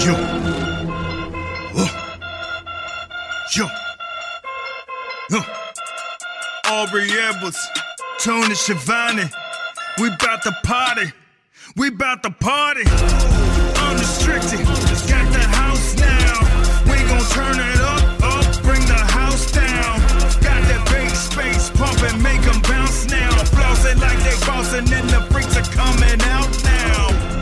Yo. Uh. Yo. Huh. Aubrey Edwards, Tony Schiavone. We bout to party. We bout to party. Unrestricted. Got the house now. We gon' turn it up, up. Bring the house down. Got that big space pumping. Make 'em bounce now. Flossing like they bouncing. And the freaks are coming out now.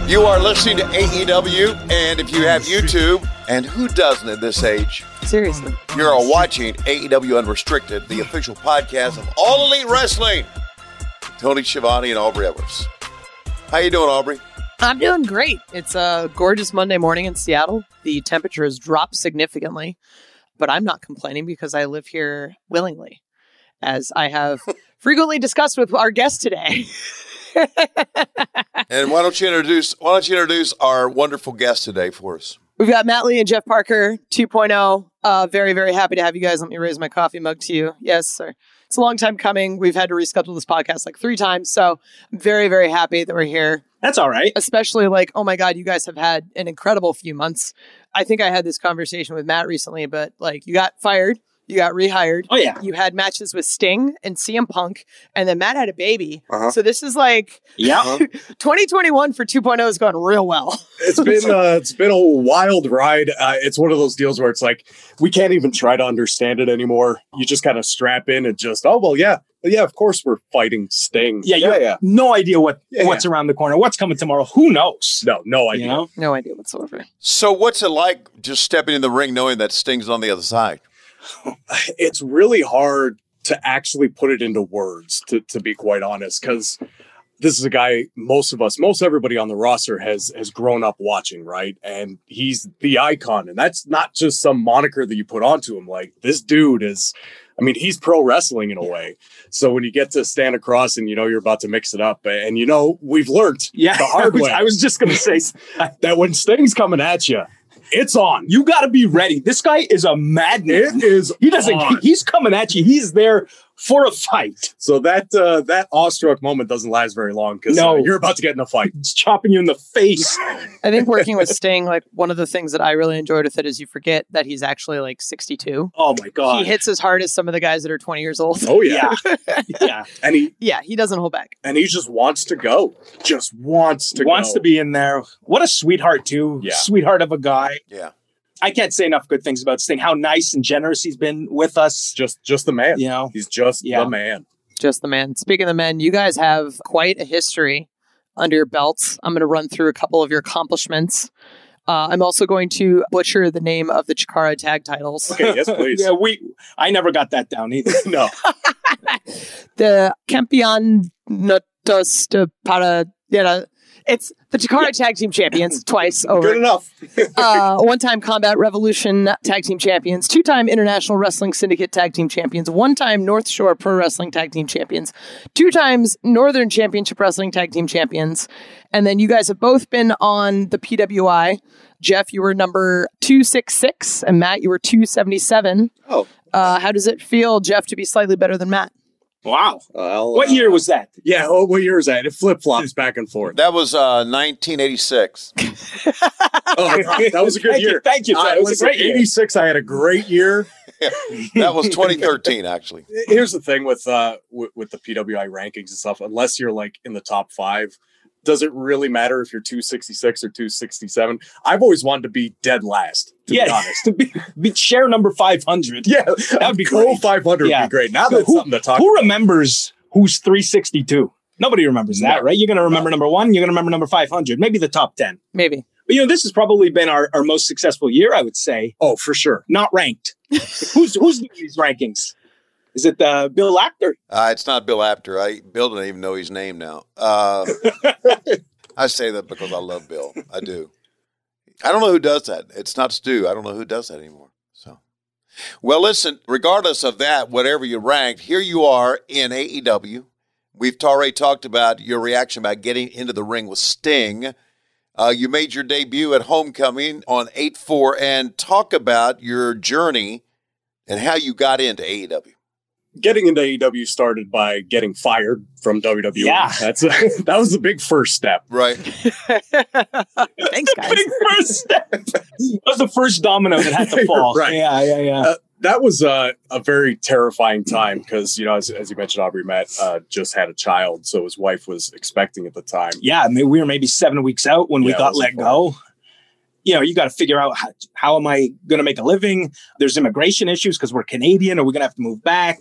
You are listening to AEW, and if you have YouTube, and who doesn't at this age, Seriously. you are watching AEW Unrestricted, the official podcast of All Elite Wrestling. Tony Schiavone and Aubrey Edwards. How you doing, Aubrey? I'm doing great. It's a gorgeous Monday morning in Seattle. The temperature has dropped significantly, but I'm not complaining because I live here willingly, as I have frequently discussed with our guest today. And why don't you introduce why don't you introduce our wonderful guest today for us? We've got Matt Lee and Jeff Parker 2.0. Uh, very, very happy to have you guys. Let me raise my coffee mug to you. Yes, sir. It's a long time coming. We've had to reschedule this podcast like three times. So I'm very, very happy that we're here. That's all right. especially like oh my god you guys have had an incredible few months i think i had this conversation with matt recently but like you got fired you got rehired Oh yeah. you had matches with sting and cm punk and then matt had a baby Uh-huh. so this is like Yeah. Uh-huh. 2021 for 2.0 is going real well it's been uh, it's been a wild ride. Uh, it's one of those deals where it's like we can't even try to understand it anymore. You just kind of strap in and just oh well yeah yeah of course we're fighting Sting Yeah, you yeah have No idea what Yeah, what's around the corner, what's coming tomorrow. Who knows? no no idea You know? no idea whatsoever So what's it like just stepping in the ring knowing that Sting's on the other side? it's really hard to actually put it into words to to be quite honest because this is a guy most of us most everybody on the roster has has grown up watching right and he's the icon and that's not just some moniker that you put onto him like this dude is i mean he's pro wrestling in a way so when you get to stand across and you know you're about to mix it up and you know we've learned Yeah. The hard I was, way. I was just gonna say that when sting's coming at you it's on you gotta be ready. This guy is a it madman. is He doesn't on. he's coming at you. He's there for a fight. So that uh, that awestruck moment doesn't last very long because No. you're about to get in a fight. He's chopping you in the face. i think working with sting like one of the things that i really enjoyed with it is you forget that he's actually like 62 Oh my god. he hits as hard as some of the guys that are 20 years old Oh yeah, yeah. yeah. and he yeah he doesn't hold back and he just wants to go, just wants to Wants go. to be in there. What a sweetheart, too. Yeah. Sweetheart of a guy. Yeah. I can't say enough good things about Sting. How nice and generous he's been with us. just just the man. You know. He's just Yeah. the man. Just the men. Speaking of the men, you guys have quite a history under your belts. I'm going to run through a couple of your accomplishments. Uh, I'm also going to butcher the name of the Chikara tag titles. Okay, yes please. yeah, we I never got that down either. No, The Campeon Notos de Para. You know, it's the Chikara Tag Team Champions twice over. good enough. uh, one time Combat Revolution Tag Team Champions, two time International Wrestling Syndicate Tag Team Champions, one time North Shore Pro Wrestling Tag Team Champions, two times Northern Championship Wrestling Tag Team Champions. And then you guys have both been on the PWI. Jeff, you were number 266, and Matt, you were 277. Oh. Uh, how does it feel, Jeff, to be slightly better than Matt? Wow. Well, What uh, year was that? Yeah, oh, what year is that? It flip flops back and forth. That was uh, 1986. Oh, that was a good Thank you, year. thank you, sir. I It was a listen, great year. 86. I had a great year. That was 2013 actually. here's the thing with uh with, with the PWI rankings and stuff. Unless you're like in the top five, does it really matter if you're 266 or 267? I've always wanted to be dead last. To be yeah, honest, to be, be share number five hundred. yeah, That'd be goal great. 500 Yeah. would be great. Now that's Who- something to talk. Who remembers who's three sixty two? Nobody remembers that, right? You're going to remember number one. You're going to remember number five hundred, maybe the top ten. Maybe. But you know, this has probably been our, our most successful year, I would say. Oh, for sure. Not ranked. who's who's doing these rankings? Is it uh, Bill Actor? Uh, it's not Bill Apter. I Bill doesn't even know his name now. Uh, I say that because I love Bill. I do. I don't know who does that. It's not Stu. I don't know who does that anymore. So, well, listen. Regardless of that, whatever you ranked, here you are in AEW. We've already talked about your reaction about getting into the ring with Sting. Uh, you made your debut at Homecoming on 8 4 and talk about your journey and how you got into E AEW. Getting into AEW started by getting fired from WWE. Yeah. That's that was the big first step. Right. Thanks, guys. Big first step. That was the first domino that had to fall. Right. Yeah, yeah, yeah. Uh, that was a, a very terrifying time because you know as, as you mentioned aubrey matt uh, just had a child so his wife was expecting at the time yeah, I mean, we were maybe seven weeks out when we Yeah, it got was let before. go. You know, you got to figure out how, how am I going to make a living? There's immigration issues because we're Canadian. Are we going to have to move back?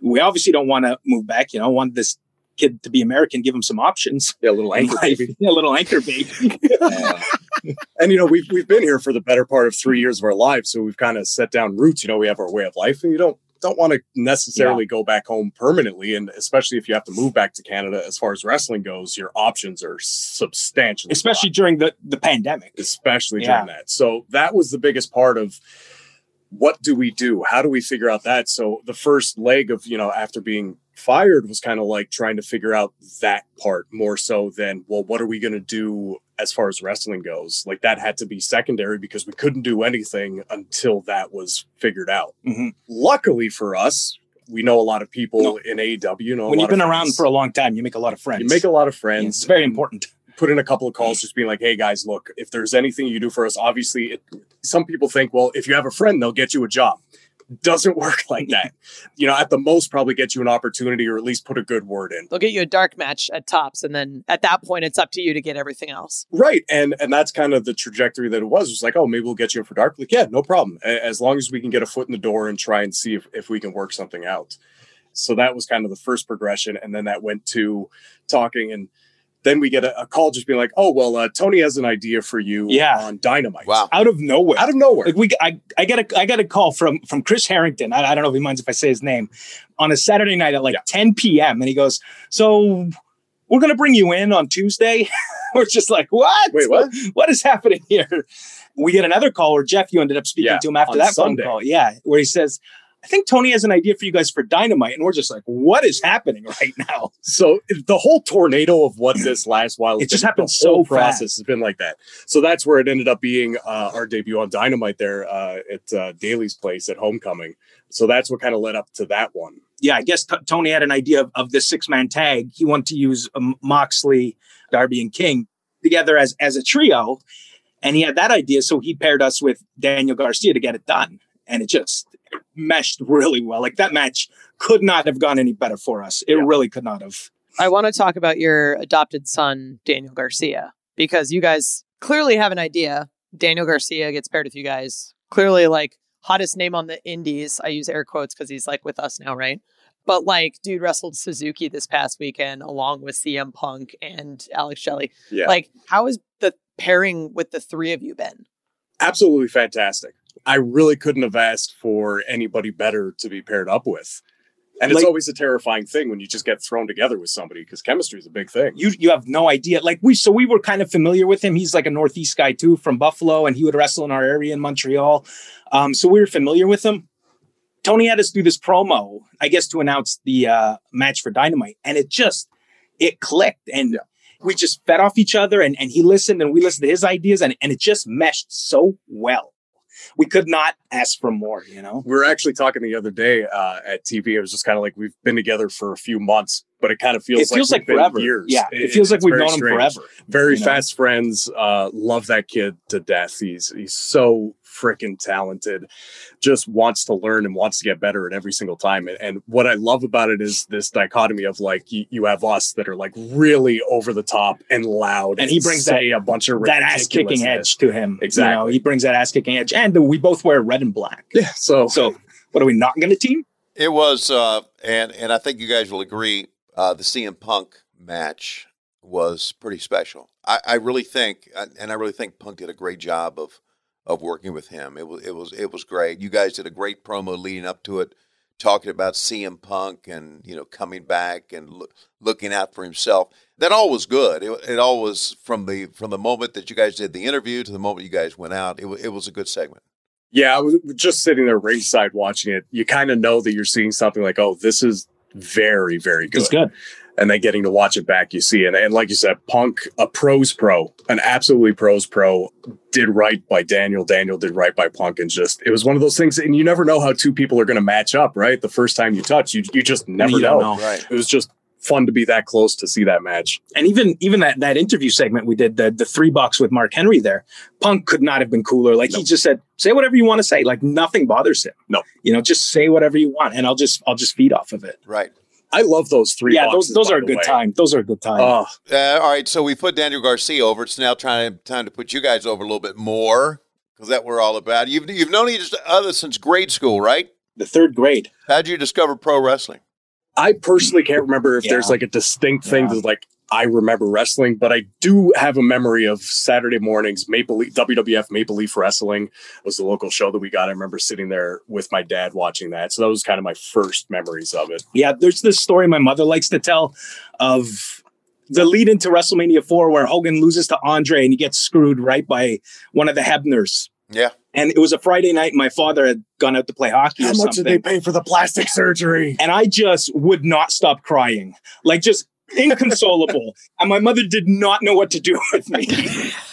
We obviously don't want to move back. You know, want this kid to be American, give him some options. yeah, a little angry baby a little anchor baby. Uh, and you know we've, we've been here for the better part of three years of our lives so we've kind of set down roots you know we have our way of life and you don't don't want to necessarily go back home permanently and especially if you have to move back to canada as far as wrestling goes your options are substantially especially during the, the pandemic. especially Yeah. during that. So that was the biggest part of what do we do? How do we figure out that? So the first leg of, you know, after being fired was kind of like trying to figure out that part more so than, well, what are we going to do as far as wrestling goes? Like that had to be secondary because we couldn't do anything until that was figured out. Mhm. Luckily for us, we know a lot of people in AEW. You know, a When lot you've been of around friends. for a long time, you make a lot of friends. you make a lot of Yeah, friends It's very important. put in a couple of calls just being like hey guys look if there's anything you do for us obviously it, some people think well if you have a friend they'll get you a job doesn't work like that you know at the most probably get you an opportunity or at least put a good word in They'll get you a dark match at tops, and then at that point, it's up to you to get everything else. right and and that's kind of the trajectory that it was it was like oh maybe we'll get you in for dark like yeah no problem A- as long as we can get a foot in the door and try and see if, if we can work something out so that was kind of the first progression and then that went to talking and then we get a, a call just being like oh well uh, tony has an idea for you Yeah. on dynamite Wow. Out of nowhere. out of nowhere Like we, I, I got a, I got a call from from Chris Harrington. I, I don't know if he minds if I say his name, on a Saturday night at like 10 p.m. and he goes, "So we're gonna bring you in on Tuesday." we're just like, "What? Wait, what? What is happening here?" We get another call where Jeff, you ended up speaking Yeah, to him after on that Sunday. phone call, yeah, where he says. I think Tony has an idea for you guys for Dynamite, and we're just like, "What is happening right now?" So the whole tornado of what this last while It just the happened whole so fast. process has been like that. So that's where it ended up being uh, our debut on Dynamite there uh, at uh, Daly's place at Homecoming. So that's what kind of led up to that one. yeah, I guess t- Tony had an idea of, of this six man tag. He wanted to use um, Moxley, Darby, and King together as as a trio, and he had that idea. So he paired us with Daniel Garcia to get it done, and it just meshed really well. Like that match could not have gone any better for us. It really could not have. I want to talk about your adopted son, Daniel Garcia, because you guys clearly have an idea. Daniel Garcia gets paired with you guys. Clearly, like, hottest name on the indies. I use air quotes because he's like with us now, right? But like, dude wrestled Suzuki this past weekend along with CM Punk and Alex Shelley. Yeah. Like, how has the pairing with the three of you been? absolutely fantastic. I really couldn't have asked for anybody better to be paired up with. And it's Like- always a terrifying thing when you just get thrown together with somebody because chemistry is a big thing. You you have no idea. Like we so we were kind of familiar with him. He's like a northeast guy too from Buffalo, and he would wrestle in our area in Montreal. Um, so we were familiar with him. Tony had us do this promo, I guess, to announce the uh, match for Dynamite, and it just it clicked, and we just fed off each other, and and he listened, and we listened to his ideas, and and it just meshed so well. We could not ask for more, you know. we were actually talking the other day uh, at TV. It was just kind of like we've been together for a few months, but it kind of feels It feels like, like, we've been forever. Years. Yeah, it, feels like it's we've very known him strange. forever. Very you know? fast friends. Uh, love that kid to death. He's he's so freaking talented. Just wants to learn and wants to get better at every single time. And, and what I love about it is this dichotomy of like you, you have us that are like really over the top and loud, And he brings that- say a bunch of that ass kicking ridiculousness. edge to him. Exactly. You know, he brings that ass kicking edge. And we both wear red and black. Yeah. So So what are we not gonna team? It was, uh, and and I think you guys will agree. Uh, the CM Punk match was pretty special. I, I really think, and I really think Punk did a great job of of working with him. It was it was it was great. You guys did a great promo leading up to it. talking about CM Punk and you know coming back and lo- looking out for himself. That all was good. It, it all was from the from the moment that you guys did the interview to the moment you guys went out. It, w- it was a good segment. Yeah, I was just sitting there ringside watching it. You kind of know that you're seeing something like, oh, this is very, very good. It's good. And then getting to watch it back, you see. And, and like you said, Punk, a pros pro, an absolutely pros pro, did right by Daniel. Daniel did right by Punk. And just, it was one of those things. And you never know how two people are going to match up, right? The first time you touch, you, you just never You know. don't know. Right. It was just fun to be that close to see that match. and even even that that interview segment we did the the three bucks with Mark Henry there, Punk could not have been cooler. Like he just said, say whatever you want to say. Like nothing bothers him. No. you know, just say whatever you want, and I'll just I'll just feed off of it. Right. I love those three. yeah, boxes, those those by are a the good way. time. Those are a good time. Oh, Uh, all right. So we put Daniel Garcia over. It's now time time to put you guys over a little bit more because that we're all about. You've you've known each other since grade school, right? the third grade. How'd you discover pro wrestling? I personally can't remember if Yeah. there's like a distinct thing Yeah. that's like I remember wrestling, but I do have a memory of Saturday mornings Maple Leaf WWF Maple Leaf Wrestling was the local show that we got. I remember sitting there with my dad watching that. So that was kind of my first memories of it. Yeah, there's this story my mother likes to tell of the lead into WrestleMania 4 where Hogan loses to Andre and he gets screwed right by one of the Hebners. Yeah. And it was a Friday night and my father had gone out to play hockey or How much something. did they pay for the plastic surgery? and I just would not stop crying, like just inconsolable. and my mother did not know what to do with me.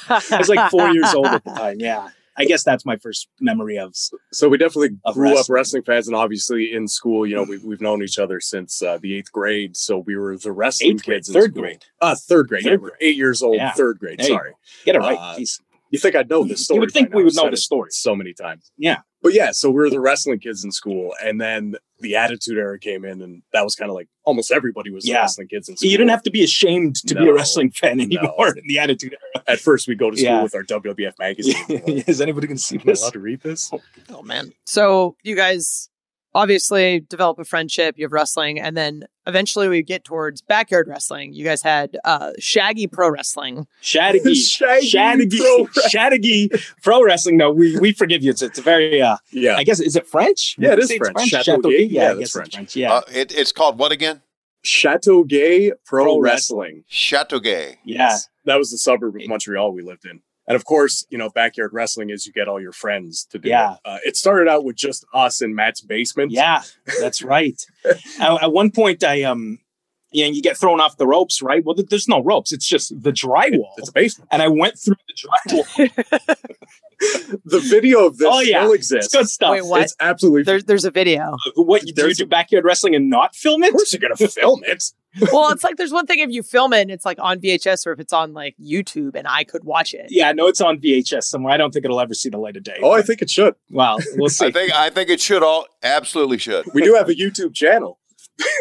I was like four years old at the time. Yeah, I guess that's my first memory of. So we definitely Of grew up wrestling. wrestling fans, and obviously in school, you know, we've, we've known each other since uh, the eighth grade. So we were the wrestling Eighth grade, kids. in third school. grade. uh, third grade, Third yeah, we're eight years old, Yeah. third grade. Hey. Sorry, Get it right. Uh, Jeez. you think I'd know this story? you would by think now. we would I've know said the it story. so many times. Yeah. But yeah, so we were the wrestling kids in school, and then the Attitude Era came in, and that was kind of like almost everybody was the Yeah. wrestling kids in So school. you didn't have to be ashamed to be No. a wrestling fan anymore in the attitude. At first, we go to school Yeah. with our WWF magazine. We're like, Is anybody going to see Am I this? allowed to read this? Oh man. So you guys obviously develop a friendship, you have wrestling, and then eventually we get towards backyard wrestling. You guys had uh Shaggy Pro Wrestling. Shadigi. Shaggy Shadigi. Pro- Shadigi Pro Wrestling. No, we, we forgive you. It's, it's a very, uh, Yeah, I guess, is it French? Yeah, it Would is you say it's French. Chateau Chateau Gay? Gay? Yeah, Yeah, I that's guess it's French. French. Yeah. Uh, it, it's called what again? Chateau Gay Pro, Pro Wrestling. Chateau Gay. yeah. That was the suburb of Montreal we lived in. And of course, you know, backyard wrestling is you get all your friends to do. Yeah. It. Uh, it started out with just us in Matt's basement. Yeah, that's right. at, at one point, I um, you know, you get thrown off the ropes, right? Well, th- there's no ropes; it's just the drywall. It's a basement. and I went through the drywall. The video of this Oh, yeah. still It's exists. good stuff. Wait, what? It's absolutely There's there's a video. What you, do you There's- do backyard wrestling and not film it? Of course, you're gonna film it. well, it's like there's one thing if you film it and it's like on VHS or if it's on like YouTube and I could watch it. Yeah, no, it's on VHS somewhere. I don't think it'll ever see the light of day. Oh, I think it should. Well, we'll I see. think I think it should all absolutely should. We do have a YouTube channel.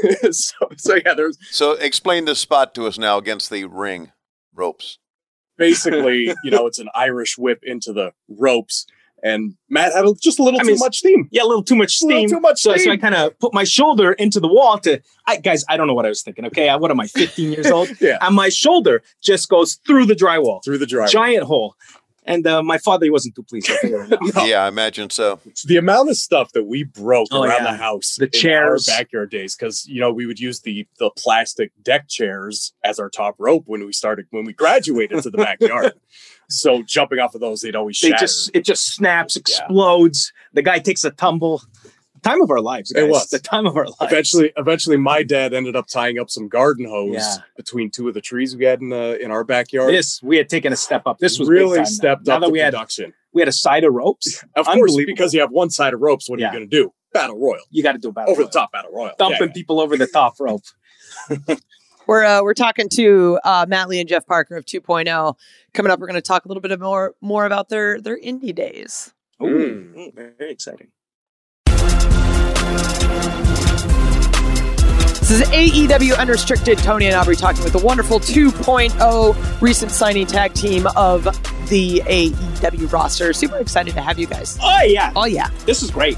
so, so yeah, there's So explain this spot to us now against the ring ropes. basically, you know, it's an Irish whip into the ropes, and Matt had a, just a little I too mean, much steam. Yeah, a little too much A little steam. too much So, so I steam. kind of put my shoulder into the wall to, I, guys, I don't know what I was thinking. Okay, I, what am I, 15 years old? Yeah. And my shoulder just goes through the drywall, Through the drywall. giant hole. And uh, my father, he wasn't too pleased with it. No. Yeah, I imagine so. the amount of stuff that we broke Oh, around yeah. the house, The in our chairs. backyard days, because you know we would use the the plastic deck chairs as our top rope when we started when we graduated to the backyard. So jumping off of those, they'd always they shatter. just it just snaps, explodes. The guy takes a tumble. Time of our lives. It Guys. was. the time of our lives. eventually, eventually, my dad ended up tying up some garden hose Yeah. between two of the trees we had in the in our backyard. this we had taken a step up. This was big really time now. stepped now. up that the we had production. we had a side of ropes. Of course, Unbelievable. because you have one side of ropes, what are Yeah. you going to do? Battle royal, You got to do about over the top battle royal, thumping Yeah. people over the top rope. We're uh, we're talking to uh, Matt Lee and Jeff Parker of 2.0. Coming up, we're going to talk a little bit of more more about their their indie days. Ooh, Mm. mm, very exciting. This is AEW Unrestricted. Tony and Aubrey talking with the wonderful 2.0 recent signing tag team of the AEW roster. Super excited to have you guys. Oh yeah, Oh yeah, this is great.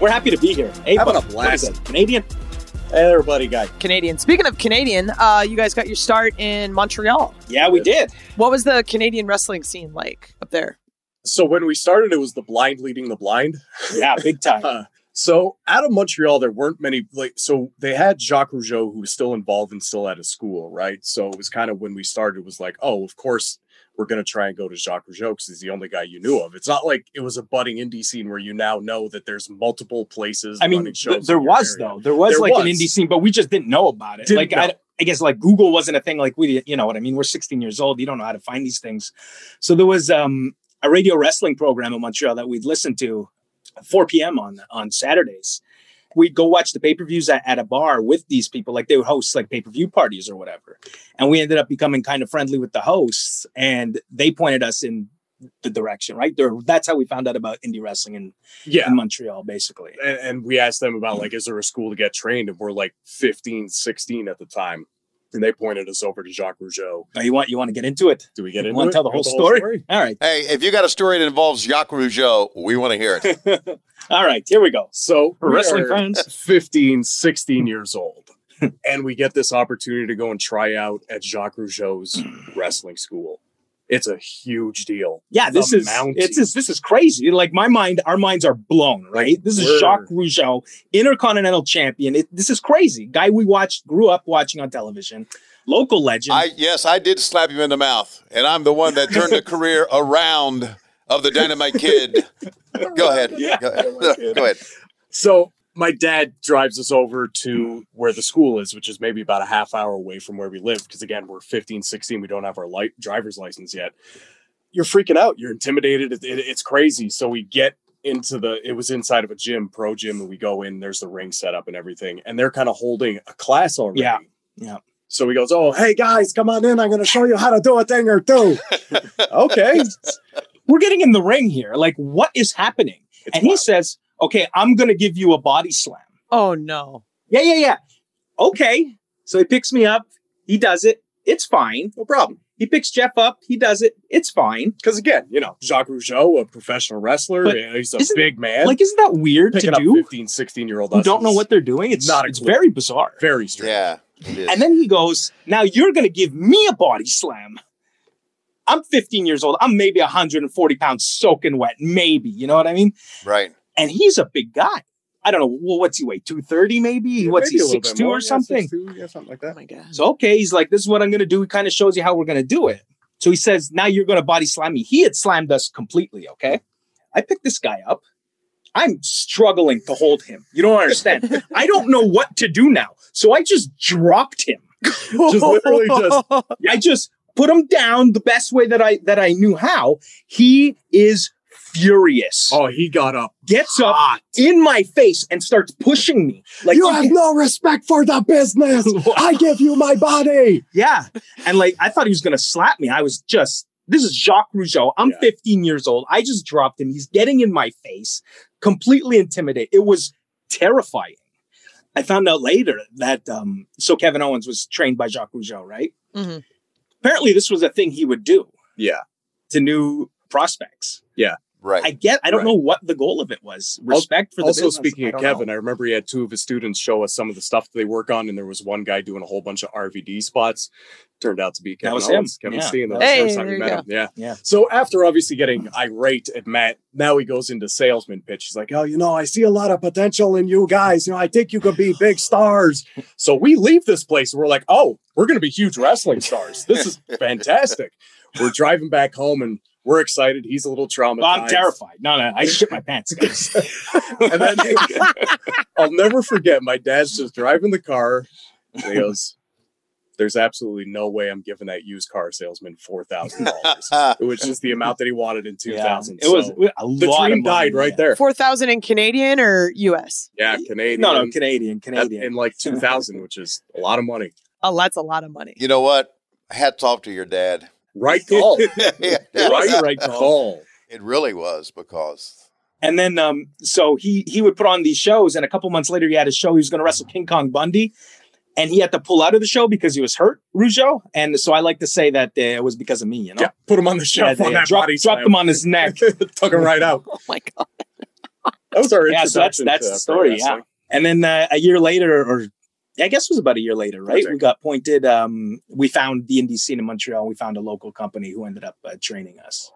We're happy to be here. Hey, Having what- a what is blast. it, Canadian. Hey, everybody, guy. Canadian. Speaking of Canadian, uh, you guys got your start in Montreal. Yeah, we did. What was the Canadian wrestling scene like up there? So when we started, it was the blind leading the blind. Yeah, big time. Uh, So out of Montreal, there weren't many like so they had Jacques Rougeau who was still involved and still at his school, right? So it was kind of when we started, it was like, oh, of course we're gonna try and go to Jacques Rougeau because he's the only guy you knew of. It's not like it was a budding indie scene where you now know that there's multiple places. I mean, running th- in there your was area. though. There was There like an was. indie scene, but we just didn't know about it. Didn't like I, know. I guess like Google wasn't a thing. Like we, you know what I mean. We're 16 years old. You don't know how to find these things. So there was um, a radio wrestling program in Montreal that we'd listen to, at 4 p.m. on on Saturdays. We'd go watch the pay per views at, at a bar with these people. Like they would host like pay per view parties or whatever. And we ended up becoming kind of friendly with the hosts, and they pointed us in the direction. Right there, that's how we found out about indie wrestling in, Yeah. in Montreal, basically. and, and we asked them about like is there a school to get trained and we're like 15 16 at the time and they pointed us over to jacques rougeau Oh, you want you want to get into it? do we get You into wanna it? tell the whole story? All right, Hey, if you got a story that involves Jacques Rougeau, we want to hear it. all right, here we go. so For we wrestling are fans. 15 16 years old and we get this opportunity to go and try out at jacques rougeau's wrestling school it's a huge deal Yeah, this The is Mountie. it's just, this is crazy. Like my mind, our minds are blown. Right, this is we're- Jacques Rougeau, intercontinental champion. It, this is crazy. Guy we watched, grew up watching on television, local legend. I yes, I did slap him in the mouth, and I'm the one that turned the career around of the Dynamite Kid. Go ahead. Yeah. Go ahead. Go ahead. So my dad drives us over to where the school is, which is maybe about a half hour away from where we live. Because again, we're 15, 16. We don't have our li- driver's license yet. You're freaking out. You're intimidated. It, it- it's crazy. So we get into the, it was inside of a gym, pro gym, and we go in. There's the ring set up and everything. And they're kind of holding a class already. Yeah. Yeah. So he goes, Oh, hey guys, come on in. I'm going to show you how to do a thing or two. okay. We're getting in the ring here. Like, what is happening? It's and he wild. says, "Okay, I'm gonna give you a body slam." Oh no. Yeah, yeah, yeah. Okay. So he picks me up. He does it. It's fine. No problem. He picks Jeff up. He does it. It's fine. Because again, you know, Jacques Rougeau, a professional wrestler, But he's a isn't- big man. Like, isn't that weird to picking up do? 15, 16 year old Who don't know what they're doing. It's Not a it's clue. very bizarre. very strange. Yeah. it is. And then he goes, "Now you're going to give me a body slam." I'm 15 years old. I'm maybe 140 pounds, soaking wet, maybe. You know what I mean? right. And he's a big guy. I don't know. Well, what's he weigh? 230 maybe. What's he? 6'2 or something. yeah, something like Oh that. my god. So okay, he's like, this is what I'm gonna do. He kind of shows you how we're gonna do it. So he says, now you're gonna body slam me. He had slammed us completely. Okay, I picked this guy up. I'm struggling to hold him. You don't understand. I don't know what to do now. So I just dropped him. Just literally just I just put him down the best way that I that I knew how. He is furious. oh, he got up. Gets up in my face and starts pushing me. Like you have no respect for the business. I give you my body. Yeah. And like, I thought he was going to slap me. I was just, this is Jacques Rougeau. I'm Yeah. 15 years old. I just dropped him. He's getting in my face, completely intimidated. It was terrifying. I found out later that, um, so Kevin Owens was trained by Jacques Rougeau, right? Mhm. Apparently, this was a thing he would do Yeah. to new prospects. Right. I get, I don't Right. know what the goal of it was. Respect for the also, business, speaking I of don't know. Kevin, I remember he had two of his students show us some of the stuff they work on, and there was one guy doing a whole bunch of RVD spots. Turned out to be Kevin was him. Owens, Kevin Yeah. Steen. That was Hey, the first time there you we met go. him. Yeah. Yeah. So after obviously getting irate at Matt, now he goes into salesman pitch. He's like, "Oh, you know, I see a lot of potential in you guys. You know, I think you could be big stars." So we leave this place. And we're like, "Oh, we're going to be huge wrestling stars. This is fantastic." We're driving back home and we're excited. He's a little traumatized. Well, I'm terrified. No, no, I shit my pants, guys. And then I'll never forget my dad's just driving the car. And he goes, There's absolutely no way I'm giving that used car salesman four thousand dollars. It was just the amount that he wanted in two thousand. Yeah. It was So a the lot dream of money, died right yeah. there. Four thousand in Canadian or U.S. Yeah, Canadian. No, no, Canadian, That- Canadian. in like two thousand, which is a lot of money. Oh, that's a lot of money. you know what? Hats off to your dad. Right call. Yeah. right, right call. It really was because And then um, so he he would put on these shows, and a couple months later he had a show. He was going to wrestle King Kong Bundy, and he had to pull out of the show because he was hurt, Rougeau. And so I like to say that uh, it was because of me, you know. Yeah, put him on the Yeah, shelf they on that dropped, body dropped him on his neck. Took him right out. Oh my god. That was our Yeah, so that's- introduction that's to the pro story, wrestling. yeah. And then uh, a year later, or I guess it was about a year later, right? We Project. got pointed. Um, we found the indie scene in Montreal. We found a local company who ended up uh, training us.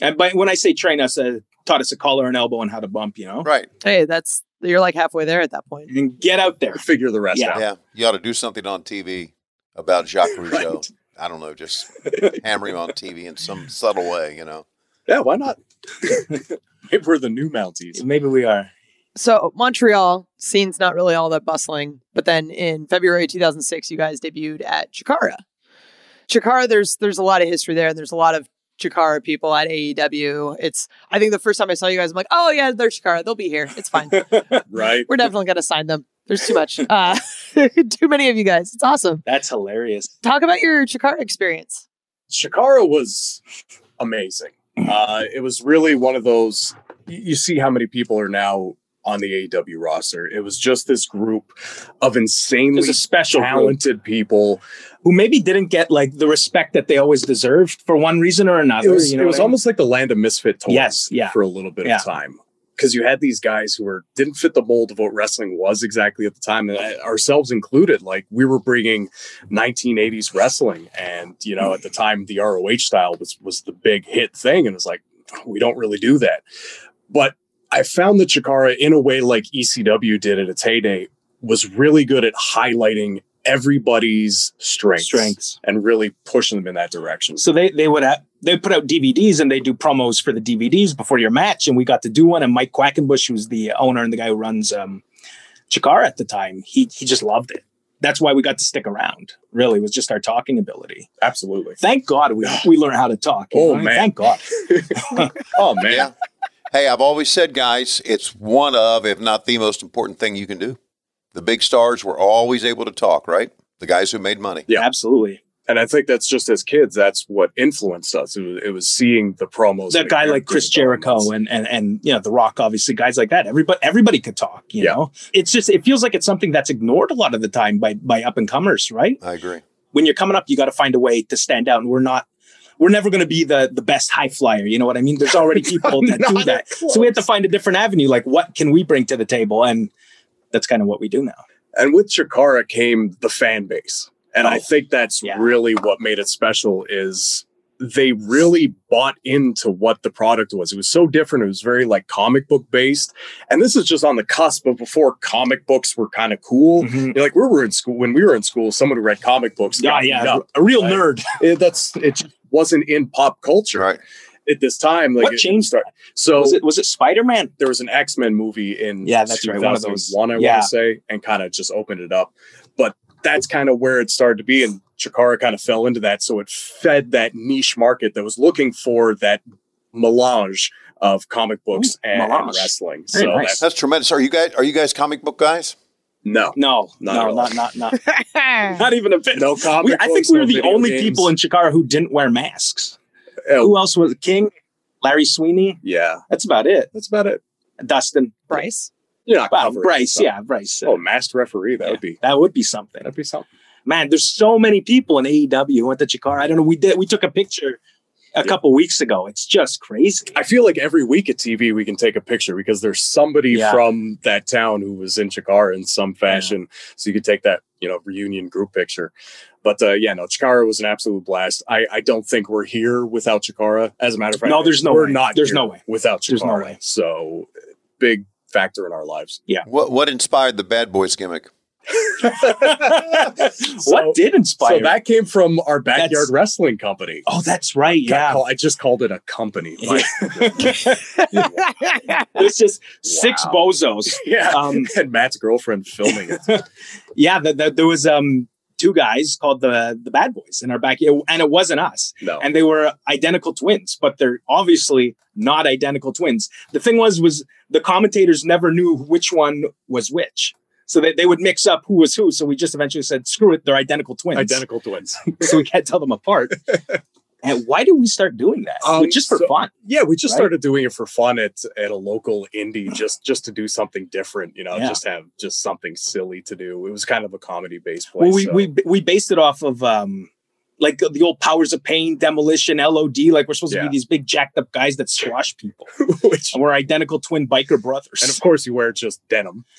And but when I say train us, uh, taught us a collar and elbow and how to bump, you know? Right. Hey, that's you're like halfway there at that point. And get out there. Figure the rest Yeah. out. Yeah. You ought to do something on TV about Jacques Rougeau. I don't know, just hammer him on TV in some subtle way, you know. Yeah, why not? Maybe we're the new Mounties. Maybe we are. So Montreal scene's not really all that bustling, but then in February 2006, you guys debuted at Chikara. Chikara, there's there's a lot of history there, and there's a lot of Chikara people at AEW. It's I think the first time I saw you guys, I'm like, oh yeah, they're Chikara, they'll be here. It's fine. Right. We're definitely gonna sign them. There's too much, uh, too many of you guys. It's awesome. That's hilarious. Talk about your Chikara experience. Shakara was amazing. Mm. Uh, it was really one of those. You you see how many people are now on the AEW roster. It was just this group of There's insanely a special group talented people. who maybe didn't get like the respect that they always deserved for one reason or another. It was, you know it was what I mean? almost like the land of misfit toys Yes, yeah. for a little bit Yeah. of time. Because you had these guys who were didn't fit the mold of what wrestling was exactly at the time, and I- ourselves included. Like we were bringing 1980s wrestling, and you know at the time the ROH style was was the big hit thing, and it was like "Oh, we don't really do that. But I found that Chikara, in a way like ECW did at its heyday, was really good at highlighting everybody's strengths, strengths. and really pushing them in that direction. So they they would have, they put out DVDs and they do promos for the DVDs before your match, and we got to do one. And Mike Quackenbush, who's the owner and the guy who runs um, Chikara at the time, he he just loved it. That's why we got to stick around. Really, was just our talking ability. Absolutely. Thank God we we learned how to talk. you Oh, know? man. Thank God. Oh man. Yeah. Hey, I've always said, guys, it's one of, if not the most important thing you can do. The big stars were always able to talk, right? The guys who made money. Yeah. Absolutely. And I think that's just as kids, that's what influenced us. It was, it was seeing the promos. that guy like Chris Jericho and and and you know The Rock, obviously guys like that. Everybody everybody could talk. You Yeah. know, it's just it feels like it's something that's ignored a lot of the time by by up and comers, right? I agree. When you're coming up, you got to find a way to stand out. And we're not. We're never going to be the the best high flyer, you know what I mean? There's already people that do Not that, close. so we have to find a different avenue. Like, what can we bring to the table? And that's kind of what we do now. And with Chikara came the fan base. And I think that's Oh, Yeah. really what made it special is they really bought into what the product was. It was so different. It was very like comic book based. And this is just on the cusp of before comic books were kind of cool. You're like we were in school when we were in school, someone who read comic books. Yeah, got beat yeah, up. a real Right. nerd. It- that's it just wasn't in pop culture Right. at this time. Like What it- changed it- So Was it was it Spider Man? there was an X Men movie in Yeah, that's right, one of those. 2001, I Yeah. want to say, and kind of just opened it up. But that's kind of where it started to be, and Chikara kind of fell into that, so it fed that niche market that was looking for that melange of comic books Ooh, and, and melange. wrestling. Very so nice. that's, That's tremendous. Are you guys are you guys comic book guys? no, No, Not at no, all. not not not I not even a bit. no comic. We, I think books, we no were the video only games. people in Chikara who didn't wear masks. Oh, Who else was King? Larry Sweeney. yeah, That's about it. that's about it. Dustin. Bryce. You're not Wow, covered, Bryce. so- Yeah, Bryce. Oh, masked referee. That Yeah, would be that would be something. that'd be something. Man, there's so many people in AEW who went to Chikara. I don't know. We did. We took a picture a couple weeks ago. It's just crazy. I feel like every week at TV we can take a picture because there's somebody Yeah. from that town who was in Chikara in some fashion. So you could take that, you know, reunion group picture. But uh, yeah, no, Chikara was an absolute blast. I, I don't think we're here without Chikara. As a matter of fact, No, there's no we're way. not. There's here no way. without Chikara. There's no way. So uh, big factor in our lives. What what inspired the Bad Boys gimmick? So- what did inspire? So that came from our backyard That's- wrestling company. oh, that's right. Got Yeah. call- I just called it a company. Yeah. It's just six Wow. bozos. yeah. Um, and Matt's girlfriend filming it. Yeah, the, the, there was um two guys called the the Bad Boys in our backyard, and it wasn't us. No. and they were identical twins, but they're obviously not identical twins. The thing was, was the commentators never knew which one was which. So they, they would mix up who was who. So we just eventually said, screw it, they're identical twins. identical twins. so we can't tell them apart. and why did we start doing that? Um, just for so- fun. Yeah, we just Right? started doing it for fun at at a local indie just just to do something different, you know, Yeah. just have just something silly to do. It was kind of a comedy based place. Well, we, so- we, we based it off of um, like the old Powers of Pain, Demolition, LOD. Like we're supposed to Yeah. be these big jacked up guys that squash people. which, and we're identical twin biker brothers. and of course you wear just denim. Oh,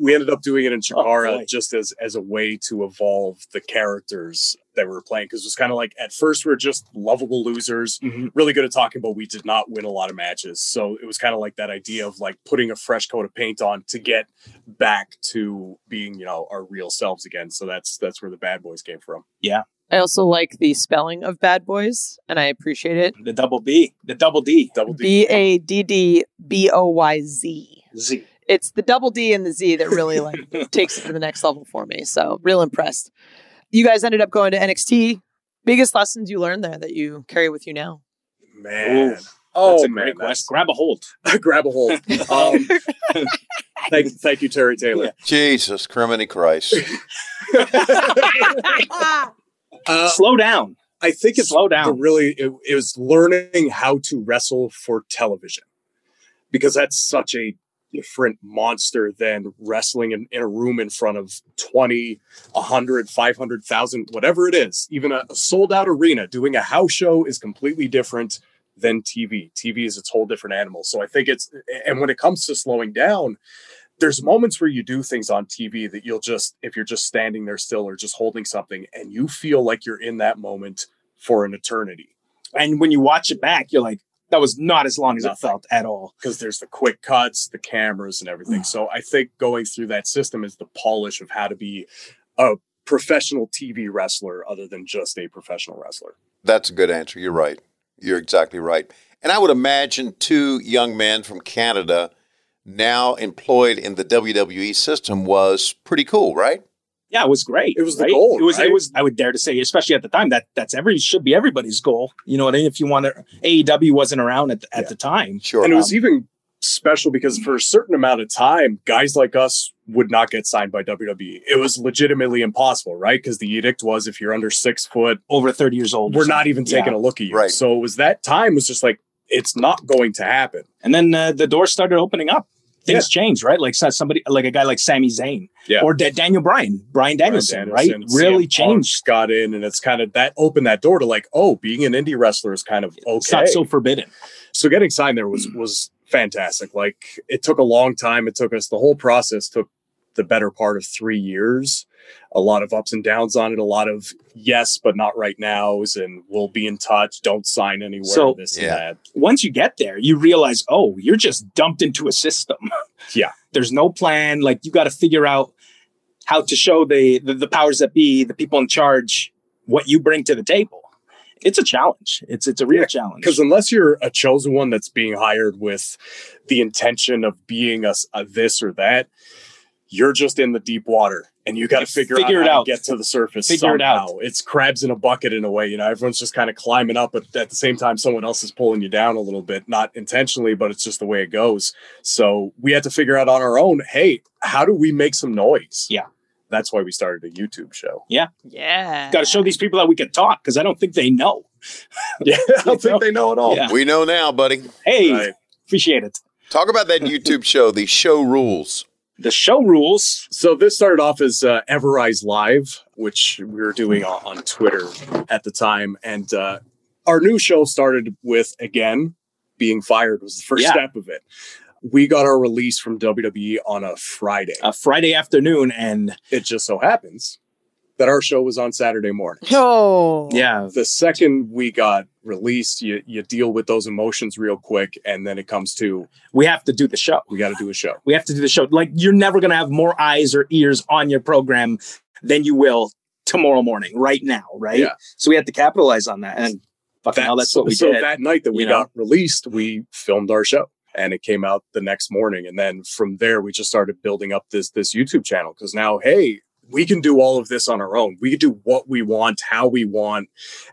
We ended up doing it in Chikara boy. just as as a way to evolve the characters that we were playing because it was kind of like at first we were just lovable losers, Mhm. really good at talking, but we did not win a lot of matches. So it was kind of like that idea of like putting a fresh coat of paint on to get back to being you know our real selves again. So that's that's where the bad boys came from. I also like the spelling of bad boys, and I appreciate it. The double B, the double D, Double D. B A D D B O Y Z. Z. It's the double D and the Z that really like takes it to the next level for me. So real impressed. You guys ended up going to NXT. Biggest lessons you learned there that you carry with you now? Man, Ooh, oh That's a man, great that's- quest. Grab a hold. grab a hold. Um, thank, thank you, Terry Taylor. Jesus, criminy Christ. Uh, Slow down. I think it's Slow down. the really it, it was learning how to wrestle for television because that's such a different monster than wrestling in, in a room in front of 20 100 500000 whatever it is even a, a sold out arena doing a house show is completely different than tv tv is its whole different animal so i think it's and when it comes to slowing down there's moments where you do things on tv that you'll just if you're just standing there still or just holding something and you feel like you're in that moment for an eternity And when you watch it back, you're like, that was not as long as it felt at all. because there's the quick cuts, the cameras, and Mm. everything. So I think going through that system is the polish of how to be a professional TV wrestler other than just a professional wrestler. That's a good answer. You're right. You're exactly right. And I would imagine two young men from Canada now employed in the WWE system was pretty cool, right? Yeah, it was great. It was the right? goal, It was. right? It was. I would dare to say, especially at the time, that that's every should be everybody's goal. You know what I mean? If you want to, AEW wasn't around at, the at Yeah. the time. Sure. and it was even special because for a certain amount of time, guys like us would not get signed by WWE. It was legitimately impossible, right? Because the edict was if you're under six foot, Over thirty years old, or we're something. not even Yeah. taking a look at you. Right. So it was that time was just like, it's not going to happen. And then uh, the door started opening up. Things changed, right? Like so- somebody, like a guy like Sami Zayn, Yeah. or Da- Daniel Bryan, Brian Danielson, right? Sam Really Punk changed. got in, and it's kind of that opened that door to like, oh, being an indie wrestler is kind of okay. It's not so forbidden. so getting signed there was was fantastic. Like it took a long time. It took us the whole process took the better part of three years. A lot of ups and downs on it. A lot of yes, but not right nows, and we'll be in touch. Don't sign anywhere. So- this Yeah. and Once you get there, you realize, oh, you're just dumped into a system. Yeah. There's no plan. Like you got to figure out how to show the, the the powers that be, the people in charge, what you bring to the table. It's a challenge. It's it's a real Yeah, challenge. Because unless you're a chosen one that's being hired with the intention of being us a, this or that, you're just in the deep water, and you got You to figure, figure out, it how out. to get to the surface. Figure it out. somehow. It's crabs in a bucket in a way. You know, everyone's just kind of climbing up, but at the same time, someone else is pulling you down a little bit, not intentionally, but it's just the way it goes. So we had to figure out on our own. Hey, how do we make some noise? Yeah. that's why we started a YouTube show. Yeah. got to show these people that we can talk because I don't think they know. Yeah, I don't think they know at all. Yeah. we know now, buddy. Hey, Right. appreciate it. Talk about that YouTube show, the show rules. The show rules. So this started off as uh, Everrise Live, which we were doing on, on Twitter at the time, and uh, our new show started with again being fired was the first Yeah. step of it. We got our release from WWE on a Friday. A uh, Friday afternoon, and It just so happens that our show was on Saturday morning. Oh. yeah, The second we got released, you you deal with those emotions real quick, and then it comes to we have to do the show. we got to do a show. We have to do the show. Like you're never gonna have more eyes or ears on your program than you will tomorrow morning, right now, right? Yeah. So we had to capitalize on that, and fucking hell, that's what we so did. that night that we you know? got released, we filmed our show and it came out the next morning. And then from there, we just started building up this this YouTube channel because now, hey, we can do all of this on our own. We can do what we want, how we want,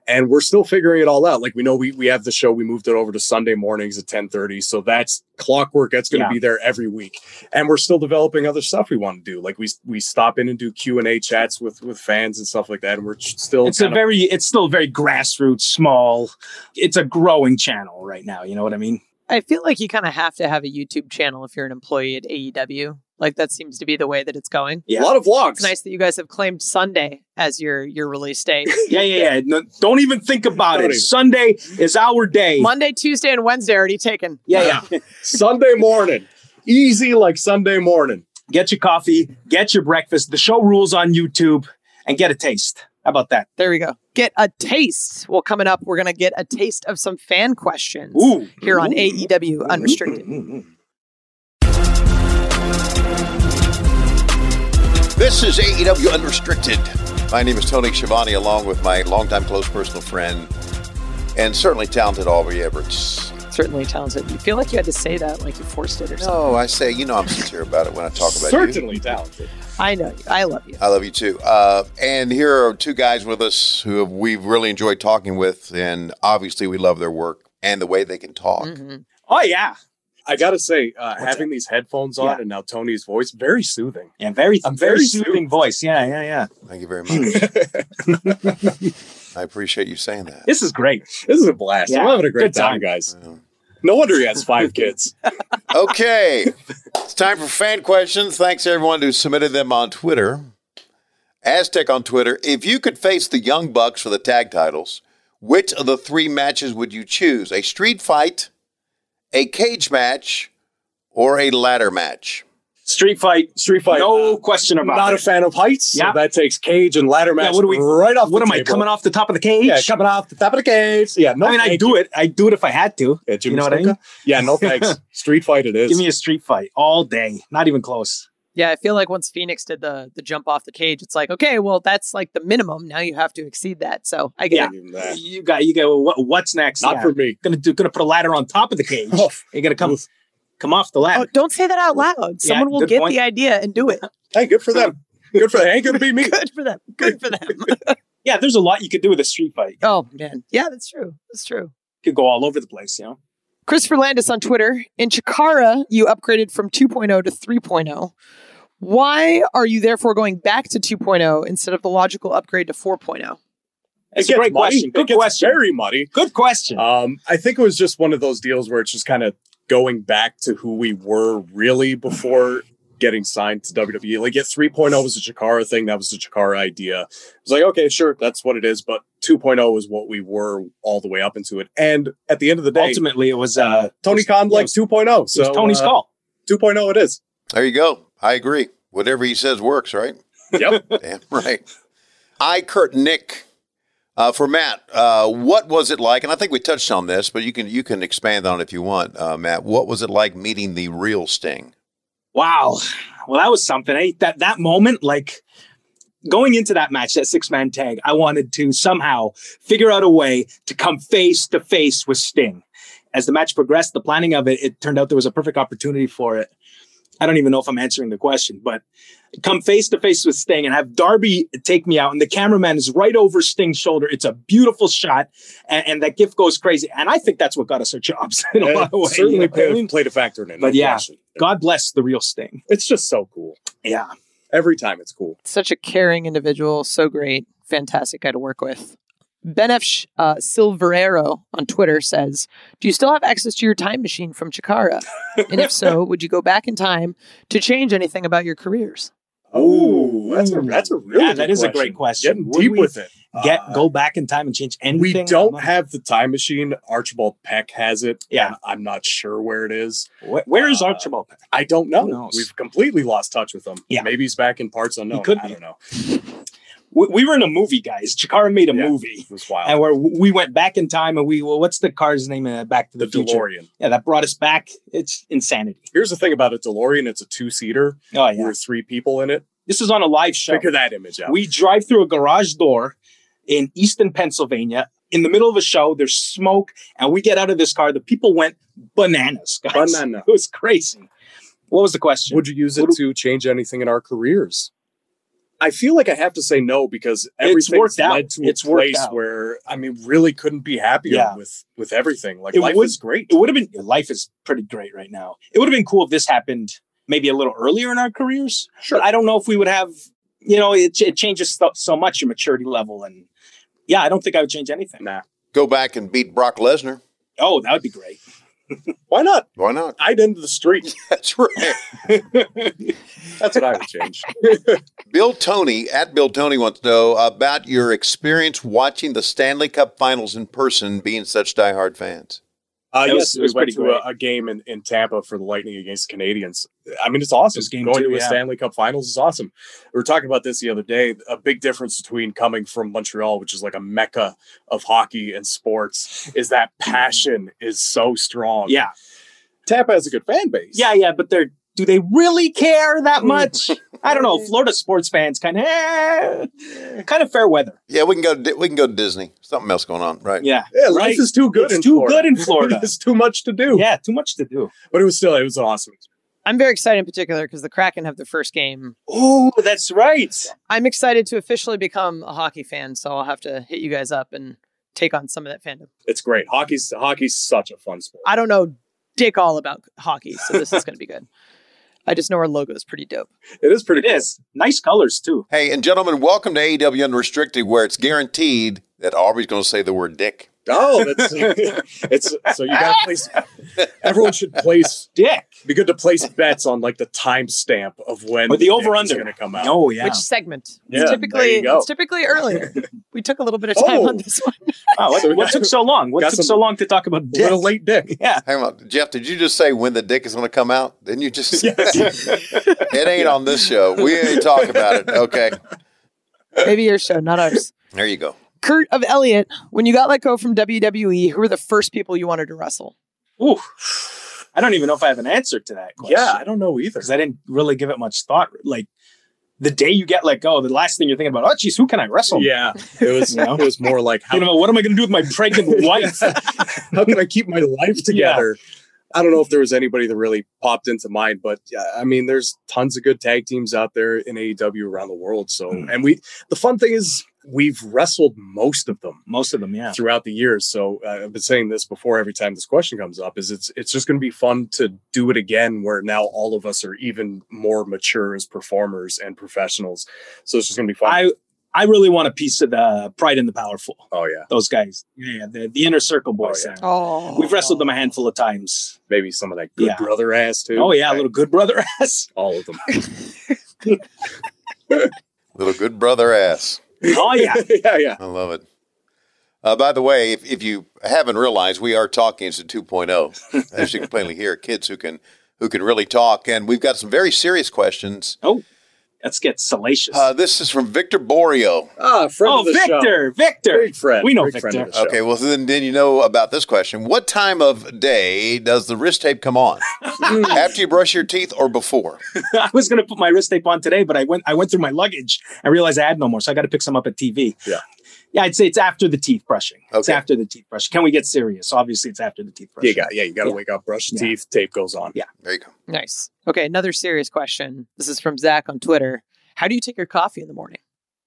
and we're still figuring it all out. Like we know we we have the show. We moved it over to Sunday mornings at ten thirty, so that's clockwork. That's going to Yeah. be there every week, and we're still developing other stuff we want to do. Like we we stop in and do Q and A chats with with fans and stuff like that, and we're still it's a kind of- very, it's still very grassroots, small. It's a growing channel right now. You know what I mean? I feel like you kind of have to have a YouTube channel if you're an employee at AEW. Like that seems to be the way that it's going. Yeah. a lot of vlogs. It's nice that you guys have claimed Sunday as your your release date. Yeah, yeah, yeah. No, don't even think about Don't it. even. Sunday is our day. Monday, Tuesday, and Wednesday already taken. yeah, yeah. Sunday morning. Easy like Sunday morning. get your coffee, get your breakfast. The show rules on YouTube and get a taste. How about that? There we go. Get a taste. Well, coming up, we're going to get a taste of some fan questions Ooh. here on Ooh. Mm-hmm. AEW Unrestricted. This is AEW Unrestricted. My name is Tony Schiavone, along with my longtime close personal friend and certainly talented Aubrey Edwards. Certainly talented. You feel like you had to say that, like you forced it or something. No, Oh, I say, you know, I'm sincere about it when I talk about you. Certainly talented. Oh. I know you. I love you. I love you too. Uh, and here are two guys with us who have, we've really enjoyed talking with, and obviously we love their work and the way they can talk. Mhm. Oh yeah, I gotta say, uh, What's having these headphones on Yeah. and now Tony's voice, very soothing. yeah. Very, I'm very, very soothing voice. Yeah, yeah, yeah. Thank you very much. I appreciate you saying that. This is great. This is a blast. Yeah. I'm having a Good great time. time, guys. Yeah. No wonder he has five kids. okay. It's time for fan questions. Thanks to everyone who submitted them on Twitter. Aztec on Twitter. If you could face the Young Bucks for the tag titles, which of the three matches would you choose? A street fight, a cage match, or a ladder match? Street fight. Street fight. No question about Not it. a fan of heights. Yeah. So that takes cage and ladder match. what do we- right off? What the am I table. coming off the top of the cage? Yeah, coming off the top of the cage. Yeah, no. I mean, I thank do you. it. I do it if I had to. Yeah, Jimmy You know what I Snuka? mean? Yeah, no thanks. Street fight. It is. Give me a street fight all day. Not even close. Yeah, I feel like once Phoenix did the the jump off the cage, it's like, okay, well, that's like the minimum. Now you have to exceed that. So I get Yeah. it. Give him that. You got. You go. What, what's next? Not Yeah. for me. Gonna do. Gonna put a ladder on top of the cage. Oh, You're gonna come. Come off the ladder. Oh, don't say that out loud. Someone will good get point. the idea and do it. hey, good for them. Good for them. Ain't gonna be me. Good for them. Good for them. Yeah, there's a lot you could do with a street fight. You oh man, yeah, that's true. That's true. could go all over the place. You know. Christopher Landis on Twitter. In Chikara, you upgraded from 2.0 to 3.0. Why are you therefore going back to 2.0 instead of the logical upgrade to oh? 4.0? It's It a gets great muddy. question. It Good gets question. Very muddy. Good question. Um, I think it was just one of those deals where it's just kind of going back to who we were really before getting signed to WWE. Like, yeah, 3.0 was a Chikara thing. That was the Chikara idea. It was like, okay, sure, that's what it is. But 2.0 is what we were all the way up into it. And at the end of the day, Ultimately, it was uh, uh, it Tony was- Khan it likes was- 2.0. it was So Tony's uh, call. 2.0 it is. There you go. I agree. Whatever he says works, right? Yep. Damn right. I, Kurt Nick, uh, for Matt, uh, what was it like? And I think we touched on this, but you can you can expand on it if you want, uh, Matt. What was it like meeting the real Sting? Wow. Well, that was something. Eh? That that moment, like going into that match, that six man tag, I wanted to somehow figure out a way to come face to face with Sting. As the match progressed, the planning of it, it turned out there was a perfect opportunity for it. I don't even know if I'm answering the question, but come face to face with Sting and have Darby take me out. And the cameraman is right over Sting's shoulder. It's a beautiful shot. And, and that gift goes crazy. And I think that's what got us our jobs in a It lot of ways. certainly you know what I played, mean? played a factor in it. But yeah. question. God bless the real Sting. It's just so cool. Yeah. Every time it's cool. Such a caring individual, so great, fantastic guy to work with. Ben F. Sh- Uh, Silverero on Twitter says, Do you still have access to your time machine from Chikara? And if so, would you go back in time to change anything about your careers? Oh, that's a that's a really Yeah, good that is a great question. Getting Would deep we with it. get Uh, go back in time and change We anything. don't have the time machine. Archibald Peck has it. Yeah. and I'm not sure where it is. Wh- where is uh, Archibald? I don't know. Who knows? We've completely lost touch with him. Yeah. Maybe he's back in parts unknown. He could I be. don't know. We, we were in a movie, guys. Chikara made a Yeah. movie, It was wild. and where we went back in time, and we well, what's the car's name? in that Back to the the, Future. DeLorean. Yeah, that brought us back. It's insanity. Here's the thing about a DeLorean. It's a two seater. Oh There yeah, were three people in it. this is on a live show. Figure that image out. We drive through a garage door in Easton, Pennsylvania. In the middle of a show, there's smoke, and we get out of this car. The people went bananas, guys. Banana. It was crazy. What was the question? Would you use it What to change anything in our careers? I feel like I have to say no because It's everything's worked out. led to It's a worked place out. where I mean, really couldn't be happier Yeah. with with everything. Like It life would- is great. it would have been life is pretty great right now. It would have been cool if this happened maybe a little earlier in our careers. Sure. But I don't know if we would have, you know, it, it changes so, so much your maturity level. And yeah, I don't think I would change anything. Nah. Go back and beat Brock Lesnar. Oh, that would be great. Why not? Why not? I'd end the street. That's right. That's what I would change. Bill Tony at Bill Tony wants to know about your experience watching the Stanley Cup Finals in person, being such diehard fans. Uh, That yes, was- it we was went pretty to great. a, a game in, in Tampa for the Lightning against the Canadians. I mean, it's awesome. It was game Going two, to a yeah. Stanley Cup Finals is awesome. We were talking about this the other day. A big difference between coming from Montreal, which is like a mecca of hockey and sports, is that passion is so strong. Mm-hmm. Yeah, Tampa has a good fan base. yeah, yeah. But they're do they really care that much? I don't know. Florida sports fans kind of kind of fair weather. Yeah, we can go. To, Di- we can go to Disney. Something else going on, right? Yeah, Yeah, life Right. is too good. It's in too Florida. good in Florida. There's too much to do. yeah. Too much to do. but it was still it was an awesome. experience. I'm very excited in particular because the Kraken have their first game. Oh, that's right. I'm excited to officially become a hockey fan, so I'll have to hit you guys up and take on some of that fandom. It's great. Hockey's hockey's such a fun sport. I don't know dick all about hockey, so this is going to be good. I just know our logo is pretty dope. It is pretty. It is nice colors too. Hey, and gentlemen, welcome to AEW Unrestricted, where it's guaranteed that Aubrey's going to say the word "dick." Oh, that's it's so you got to place. Everyone should place. Dick. Be good to place bets on like the timestamp of when Or the over-under. going to come out. Oh yeah. Which segment? Yeah, it's there typically you go. it's typically earlier. we took a little bit of time Oh. on this one. Wow, what, So we what got- took so long? What got took some- so long to talk about A little dick? late, Dick. Yeah. Hang on, Jeff. Did you just say when the dick is going to come out? Didn't you just? It ain't on this show. We ain't talk about it. Okay. Maybe your show, not ours. There you go. Kurt of Elliott, when you got let go from WWE, who were the first people you wanted to wrestle? Ooh. I don't even know if I have an answer to that question. yeah, I don't know either. Because I didn't really give it much thought. Like the day you get let go, the last thing you're thinking about, oh geez, who can I wrestle? Yeah, it was. You know? It was more like how, You know, what am I gonna do with my pregnant wife? how can I keep my life together? I don't know if there was anybody that really popped into mind, but yeah, I mean, there's tons of good tag teams out there in AEW around the world. So, Mm. and we, the fun thing is, we've wrestled most of them. Most of them, yeah. throughout the years. So uh, I've been saying this before every time this question comes up is it's it's just going to be fun to do it again where now all of us are even more mature as performers and professionals. So it's just going to be fun. I I really want a piece of the pride and the powerful. oh yeah, Those guys. Yeah, yeah, the, the inner circle boys. Oh, yeah. there. Oh, We've wrestled them a handful of times. maybe some of that good Yeah. brother ass too. Oh yeah, a Right. little good brother ass. all of them. Little good brother ass. Oh yeah. yeah, yeah. I love it. Uh, by the way, if, if you haven't realized, we are talking into 2.0, oh. as you can plainly hear, kids who can who can really talk, and we've got some very serious questions. Let's get salacious. Uh, this is from Victor Borio. Ah, friend oh, of the show. Victor, Victor. Big friend. We know Big friend Victor. of the show. Okay, well then, then you know about this question. What time of day does the wrist tape come on? After you brush your teeth or before? I was going to put my wrist tape on today, but I went I went through my luggage. I realized I had no more, so I got to pick some up at TV. Yeah. Yeah, I'd say it's after the teeth brushing. It's Okay. after the teeth brushing. Can we get serious? Obviously, it's after the teeth brushing. You got yeah, you got to Yeah. wake up, brush your Yeah. teeth, tape goes on. Yeah. There you go. nice. Okay, another serious question. This is from Zach on Twitter. How do you take your coffee in the morning?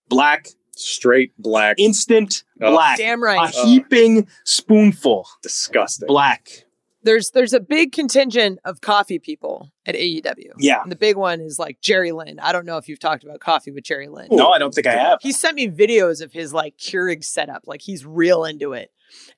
Black, Straight black, instant Oh. black. Damn A right. heaping spoonful. disgusting. Black. There's there's a big contingent of coffee people at AEW. Yeah. And the big one is like Jerry Lynn. I don't know if you've talked about coffee with Jerry Lynn. No, I don't think I have. He sent me videos of his like Keurig setup. Like he's real into it.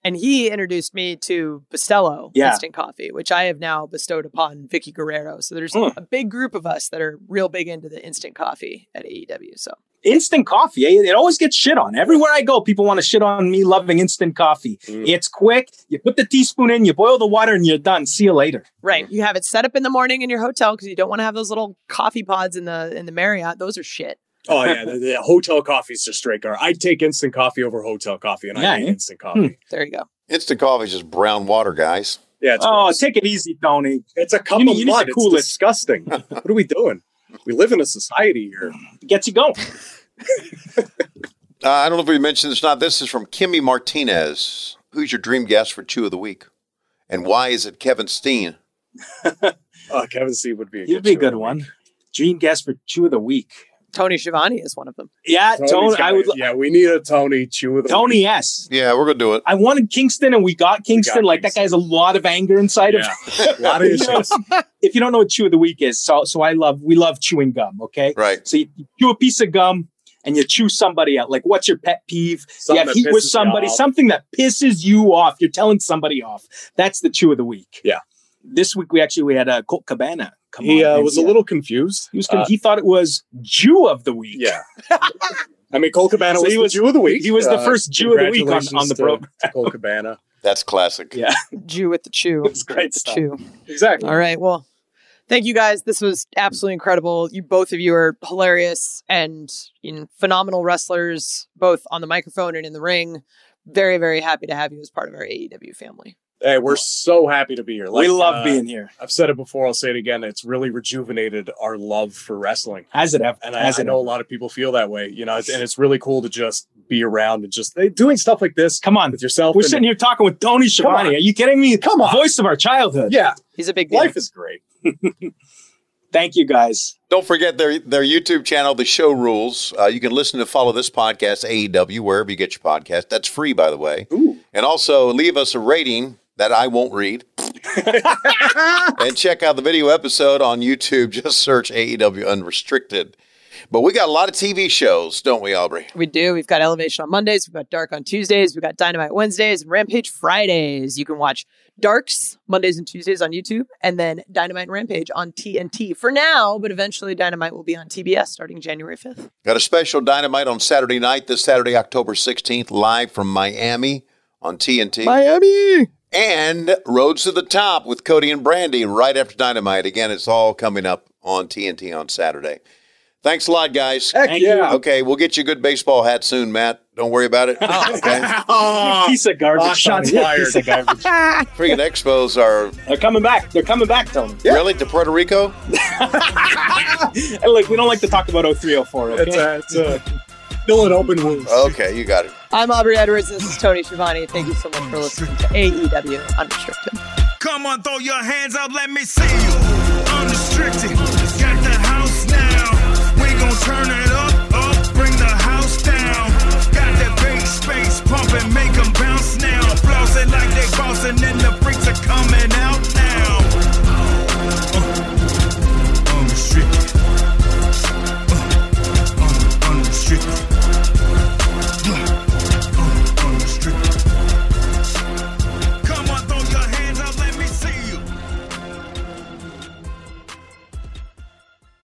And he introduced me to Bustelo Yeah. instant coffee, which I have now bestowed upon Vicky Guerrero. So there's Hmm. a big group of us that are real big into the instant coffee at AEW. So Instant coffee. eh? It always gets shit on. Everywhere I go, people want to shit on me loving instant coffee. Mm. It's quick. You put the teaspoon in, you boil the water, and you're done. See you later. right, you have it set up in the morning in your hotel because you don't want to have those little coffee pods in the in the Marriott. Those are shit. Oh yeah, the, the hotel coffee is just straight gar. I'd take instant coffee over hotel coffee, and Yeah, I hate eh? instant coffee. Hmm. There you go. Instant coffee is just brown water, guys. Yeah, it's, oh, gross. take it easy, Tony. it's a cup you need- of you need mud. to It's cool it. disgusting. what are we doing? We live in a society here. Gets you going. Uh, I don't know if we mentioned this or not. This is from Kimmy Martinez. Who's your dream guest for Chew of the Week? And why is it Kevin Steen? Oh, Kevin C would be. A You'd good be a show. good one. Dream guest for two of the week. Tony Schiavone is one of them. Yeah, Tony's Tony. got I would. it. Yeah, we need a Tony chew of the Tony S. Yeah, we're gonna do it. I wanted Kingston, and we got Kingston. like that guy Kingston. has a lot of anger inside Yeah. of. a lot of issues. If you don't know what chew of the week is, so so I love we love chewing gum. Okay, Right. so you chew a piece of gum and you chew somebody out. Like, what's your pet peeve? you Something that have heat with pisses you somebody, off. something that pisses you off. You're telling somebody off. That's the chew of the week. Yeah. This week we actually we had a uh, Colt Cabana. Come He on, uh, man. was Yeah. a little confused. He was. con- Uh, he thought it was Jew of the week. Yeah. I mean, Cole Cabana So was, he the was- Jew of the week. Uh, he was the first Jew of the week on- on the congratulations to- program. to Cole Cabana. That's classic. Yeah, Jew with the chew. It's great The stuff. chew. exactly. All right. Well, thank you guys. This was absolutely incredible. You both of you are hilarious and you know, phenomenal wrestlers, both on the microphone and in the ring. Very, very happy to have you as part of our AEW family. Hey, we're so happy to be here. we Like, love uh, being here. I've said it before. I'll say it again. It's really rejuvenated our love for wrestling. As it ever. And I, as I it know a ever. lot of people feel that way, you know, it's- and it's really cool to just be around and just eh, doing stuff like this Come on. with yourself. We're and- sitting here talking with Tony Come on. Schiavone. Are you kidding me? Come on. Voice of our childhood. Yeah. He's a big deal. Life is great. Thank you guys. Don't forget their their YouTube channel, The Show Rules. Uh, you can listen to follow this podcast, AEW, wherever you get your podcast. That's free, by the way. Ooh. And also leave us a rating that I won't read. and check out the video episode on YouTube. Just search AEW Unrestricted. But we got a lot of TV shows, don't we, Aubrey? We do. We've got Elevation on Mondays. We've got Dark on Tuesdays. We've got Dynamite Wednesdays and Rampage Fridays. You can watch Darks Mondays and Tuesdays on YouTube and then Dynamite and Rampage on TNT for now, but eventually Dynamite will be on TBS starting January 5th. Got a special dynamite on Saturday night, this Saturday, October 16th, live from Miami on TNT. Miami! and Roads to the Top with Cody and Brandy right after Dynamite. Again, it's all coming up on TNT on Saturday. Thanks a lot, guys. Heck Thank yeah. Okay, we'll get you a good baseball hat soon, Matt. Don't worry about it. Okay. Oh, piece of garbage. oh, shots Tony. fired. Piece of garbage. Freaking Expos are They're coming back. They're coming back, Tony. really to Puerto Rico. And look, we don't like to talk about 0304. Okay? it's a, it's a fill an open wound. Okay, you got it. I'm Aubrey Edwards. This is Tony Schiavone. Thank you so much for listening to AEW Unrestricted. Come on, throw your hands up, let me see you. Unrestricted, got the house now. We gon' turn it Uh, Uh, Uh,